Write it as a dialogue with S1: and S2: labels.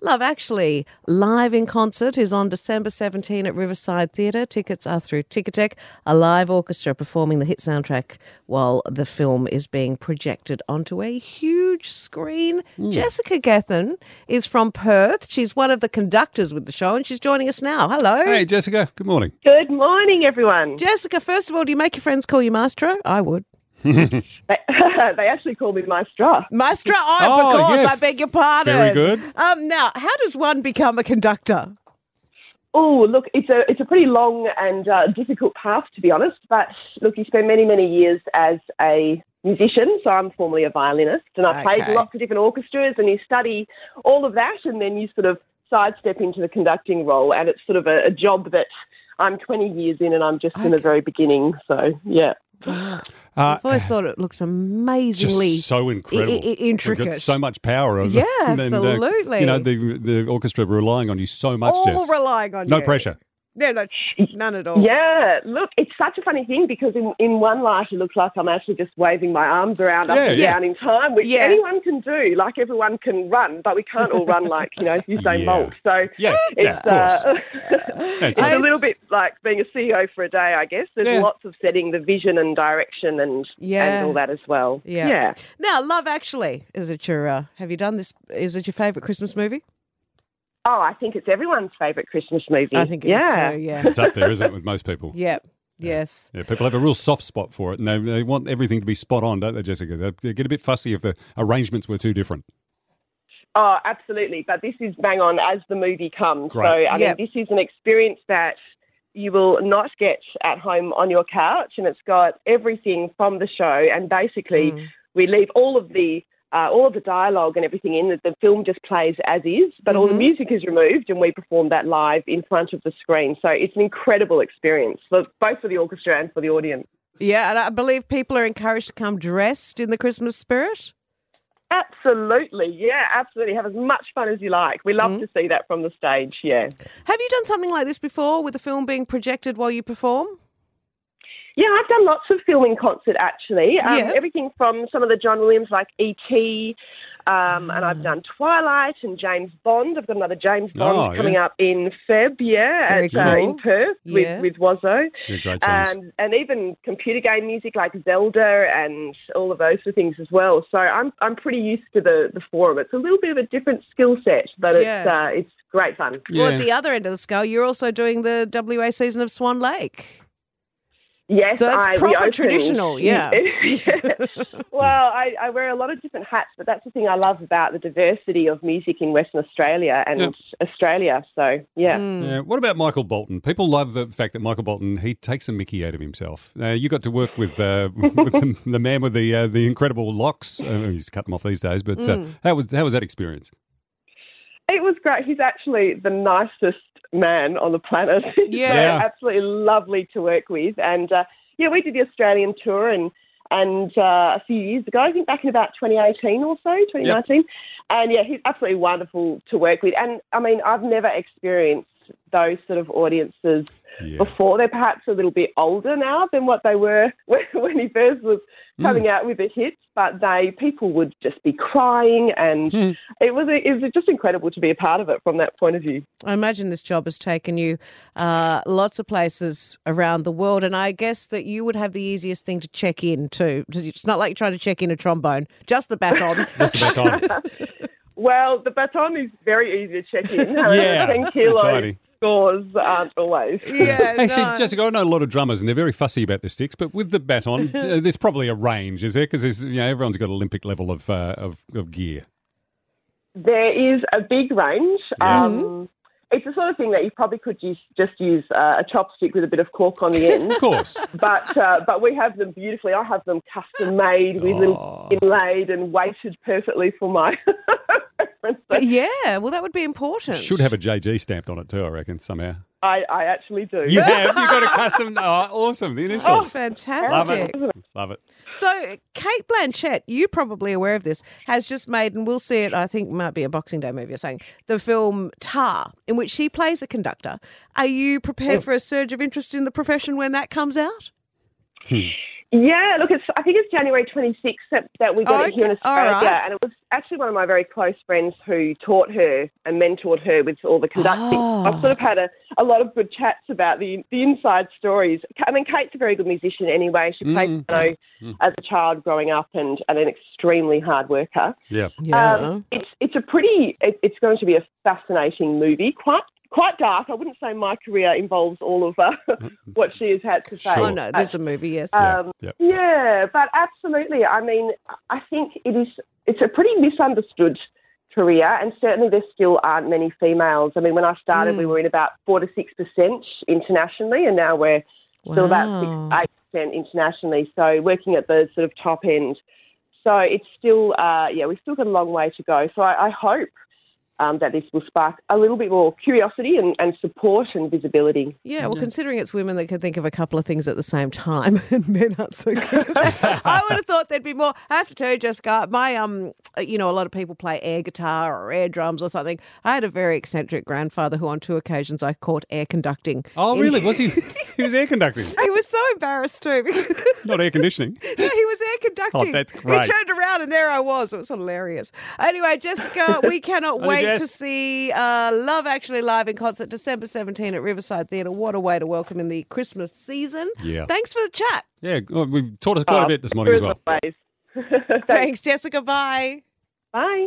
S1: Love Actually live in concert is on December 17 at Riverside Theatre. Tickets are through Ticketek, a live orchestra performing the hit soundtrack while the film is being projected onto a huge screen.
S2: Hmm.
S1: Jessica Gethin is from Perth. She's one of the conductors with the show and she's joining us now. Hello.
S2: Hey, Jessica. Good morning.
S3: Good morning, everyone.
S1: Jessica, first of all, do you make your friends call you Maestro? I would.
S3: They, they actually call me Maestra.
S1: Maestro, I,
S2: Oh,
S1: of course,
S2: yeah.
S1: I beg your pardon.
S2: Very good.
S1: Um, now, how does one become a conductor?
S3: Oh, look, it's a it's a pretty long and uh, difficult path, to be honest. But look, you spend many many years as a musician. So I'm formerly a violinist, and I have
S1: Okay.
S3: played lots of different orchestras, and you study all of that, and then you sort of sidestep into the conducting role, and it's sort of a, a job that I'm 20 years in, and I'm just in the
S1: Okay.
S3: very beginning. So yeah.
S2: Uh,
S1: I've always thought it looks amazingly
S2: just so incredible,
S1: I- I-
S2: We've
S1: intricate.
S2: got so much power. Over,
S1: Yeah,
S2: and, uh,
S1: absolutely.
S2: you know the the orchestra relying on you so much.
S1: all
S2: Jess.
S1: relying on
S2: no
S1: you.
S2: pressure.
S1: No, no, none at
S2: Oh.
S1: all.
S3: Yeah, look, it's such a funny thing because in, in one life it looks like I'm actually just waving my arms around up
S2: Yeah,
S3: and
S2: yeah.
S3: down in time, which
S1: Yeah.
S3: anyone can do. Like everyone can run, but we can't all run like you know Usain
S2: Yeah.
S3: Bolt. So
S2: Yeah, yeah,
S3: it's,
S2: of course.
S3: uh,
S2: That's
S3: it's
S1: I
S3: a
S2: right.
S3: little bit like being a CEO for a day, I guess. There's
S2: Yeah.
S3: lots of setting the vision and direction and
S1: Yeah.
S3: and all that as well.
S1: Yeah.
S3: yeah.
S1: Now, Love Actually, is it your? Uh, have you done this? Is it your favourite Christmas movie?
S3: Oh, I think it's everyone's favourite Christmas movie.
S1: I think it is
S3: yeah.
S1: too, yeah.
S2: It's up there, isn't it, with most people?
S1: Yep. Yes.
S2: Yeah, people have a real soft spot for it, and they, they want everything to be spot on, don't they, Jessica? They, they get a bit fussy if the arrangements were too different.
S3: Oh, absolutely. But this is bang on as the movie comes.
S2: Great.
S3: So, I
S1: Yep.
S3: mean, this is an experience that you will not get at home on your couch. And it's got everything from the show. And basically, we leave all of the uh, all of the dialogue and everything in that the film just plays as is, but all the music is removed and we perform that live in front of the screen. So it's an incredible experience, for, both for the orchestra and for the audience.
S1: Yeah, and I believe people are encouraged to come dressed in the Christmas spirit.
S3: Absolutely, yeah, absolutely. Have as much fun as you like. We love to see that from the stage, yeah.
S1: Have you done something like this before, with the film being projected while you perform?
S3: Yeah, I've done lots of film in concert actually. Um,
S1: Yeah.
S3: Everything from some of the John Williams like E.T. Um,
S1: Mm.
S3: and I've done Twilight and James Bond. I've got another James Bond
S2: Oh, yeah.
S3: coming up in Feb, yeah,
S1: Very
S3: at, uh,
S1: cool.
S3: in Perth
S1: Yeah.
S3: with, with Wazzo.
S2: Yeah, great songs.
S3: Um, and even computer game music like Zelda and all of those sort of things as well. So I'm, I'm pretty used to the, the forum. It's a little bit of a different skill set, but it's,
S1: Yeah.
S3: uh, it's great fun.
S1: Or
S2: Yeah.
S1: at the other end of the scale, you're also doing the WA season of Swan Lake.
S3: Yes,
S1: So it's
S3: I, we
S1: proper
S3: opened-
S1: traditional, yeah.
S3: well, I, I wear a lot of different hats, but that's the thing I love about the diversity of music in Western Australia and Australia. So, yeah.
S1: Mm. Hmm.
S2: Yeah. What about Michael Bolton? People love the fact that Michael Bolton he takes a Mickey out of himself. Uh, you got to work with, uh, with the, the man with the uh, the incredible locks. Uh, he's cut them off these days, but
S1: Mm.
S2: uh, how was how was that experience?
S3: It was great. He's actually the nicest man on the planet.
S1: Yeah.
S2: Yeah.
S3: absolutely lovely to work with. And uh, yeah, we did the Australian tour and and uh, a few years ago, I think back in about 2018 or so, 2019. And yeah, he's absolutely wonderful to work with. And I mean, I've never experienced those sort of audiences
S2: Yeah.
S3: before. They're perhaps a little bit older now than what they were when, when he first was
S2: Hmm.
S3: coming out with the hits, but they people would just be crying, and
S2: Hmm.
S3: it was it was just incredible to be a part of it from that point of view.
S1: I imagine this job has taken you uh, lots of places around the world, and I guess that you would have the easiest thing to check in too. It's not like you're trying to check in a trombone, just the baton.
S2: Just about time.
S3: Well, the baton is very easy to check in. However,
S2: Yeah,
S3: ten
S2: tiny.
S3: kilo scores aren't always.
S1: yeah,
S2: Actually,
S1: no.
S2: Jessica, I know a lot of drummers, and they're very fussy about their sticks. But with the baton, uh, there's probably a range, is there? Because you know, everyone's got Olympic level of uh, of, of gear.
S3: There is a big range.
S2: Yeah. Hmm.
S3: Um, it's the sort of thing that you probably could use, just use uh, a chopstick with a bit of cork on the end.
S2: Of course,
S3: but uh, but we have them beautifully. I have them custom made with
S1: Oh.
S3: little inlaid and weighted perfectly for my.
S1: But yeah, well, that would be important.
S2: should have a JG stamped on it too. I reckon somehow.
S3: I, I actually do.
S2: You have. You got a custom. Oh, awesome. The
S1: Oh,
S2: initials. Love
S1: fantastic.
S2: it. Love it.
S1: So, Kate Blanchett, you probably aware of this, has just made, and we'll see it, I think might be a Boxing Day movie or something, the film Tar, in which she plays a conductor. Are you prepared for a surge of interest in the profession when that comes out?
S3: Yeah, look, it's, I think it's January 26th that, that we got it here in
S1: Okay, all
S3: Australia.
S1: right.
S3: And it was actually one of my very close friends who taught her and mentored her with all the conducting.
S1: Oh.
S3: I've sort of had a, a lot of good chats about the, the inside stories. Ka- I mean, Kate's a very good musician anyway. She played
S2: Mm.
S3: piano as a child growing up and, and an extremely hard worker.
S2: Yeah.
S1: Yeah.
S3: Um, it's it's a pretty. It, it's going to be a fascinating movie. Quite quite dark. I wouldn't say my career involves all of uh, what she has had to say.
S2: Sure. uh,
S1: oh no, there's a movie. Yes.
S2: Yeah,
S3: Um,
S2: yeah.
S3: Yeah, but absolutely. I mean, I think it is. It's a pretty misunderstood career, and certainly there still aren't many females. I mean, when I started, we were in about four to six percent internationally, and now we're
S1: Wow.
S3: still about six eight percent internationally. So working at the sort of top end. So it's still, uh, yeah, we've still got a long way to go. So I, I hope um, that this will spark a little bit more curiosity and, and support and visibility.
S1: Yeah, well, considering it's women that can think of a couple of things at the same time, and men aren't so good. At that, I would have thought there'd be more. I have to tell you, Jessica, my um, you know, a lot of people play air guitar or air drums or something. I had a very eccentric grandfather who, on two occasions, I caught air conducting.
S2: Oh,
S1: in-
S2: really? Was he? He was air conducting,
S1: He was so embarrassed too. Because
S2: not air conditioning.
S1: no, he was air conducting.
S2: Oh, that's great.
S1: He turned around and there I was. It was hilarious. Anyway, Jessica, we cannot wait
S2: Jess.
S1: to see uh, Love Actually live in concert December 17 at Riverside Theatre. What a way to welcome in the Christmas season.
S2: Yeah.
S1: Thanks for the chat.
S2: Yeah, well, we've taught us quite a bit this morning as well.
S3: Always. Thanks.
S1: Thanks, Jessica. Bye.
S3: Bye.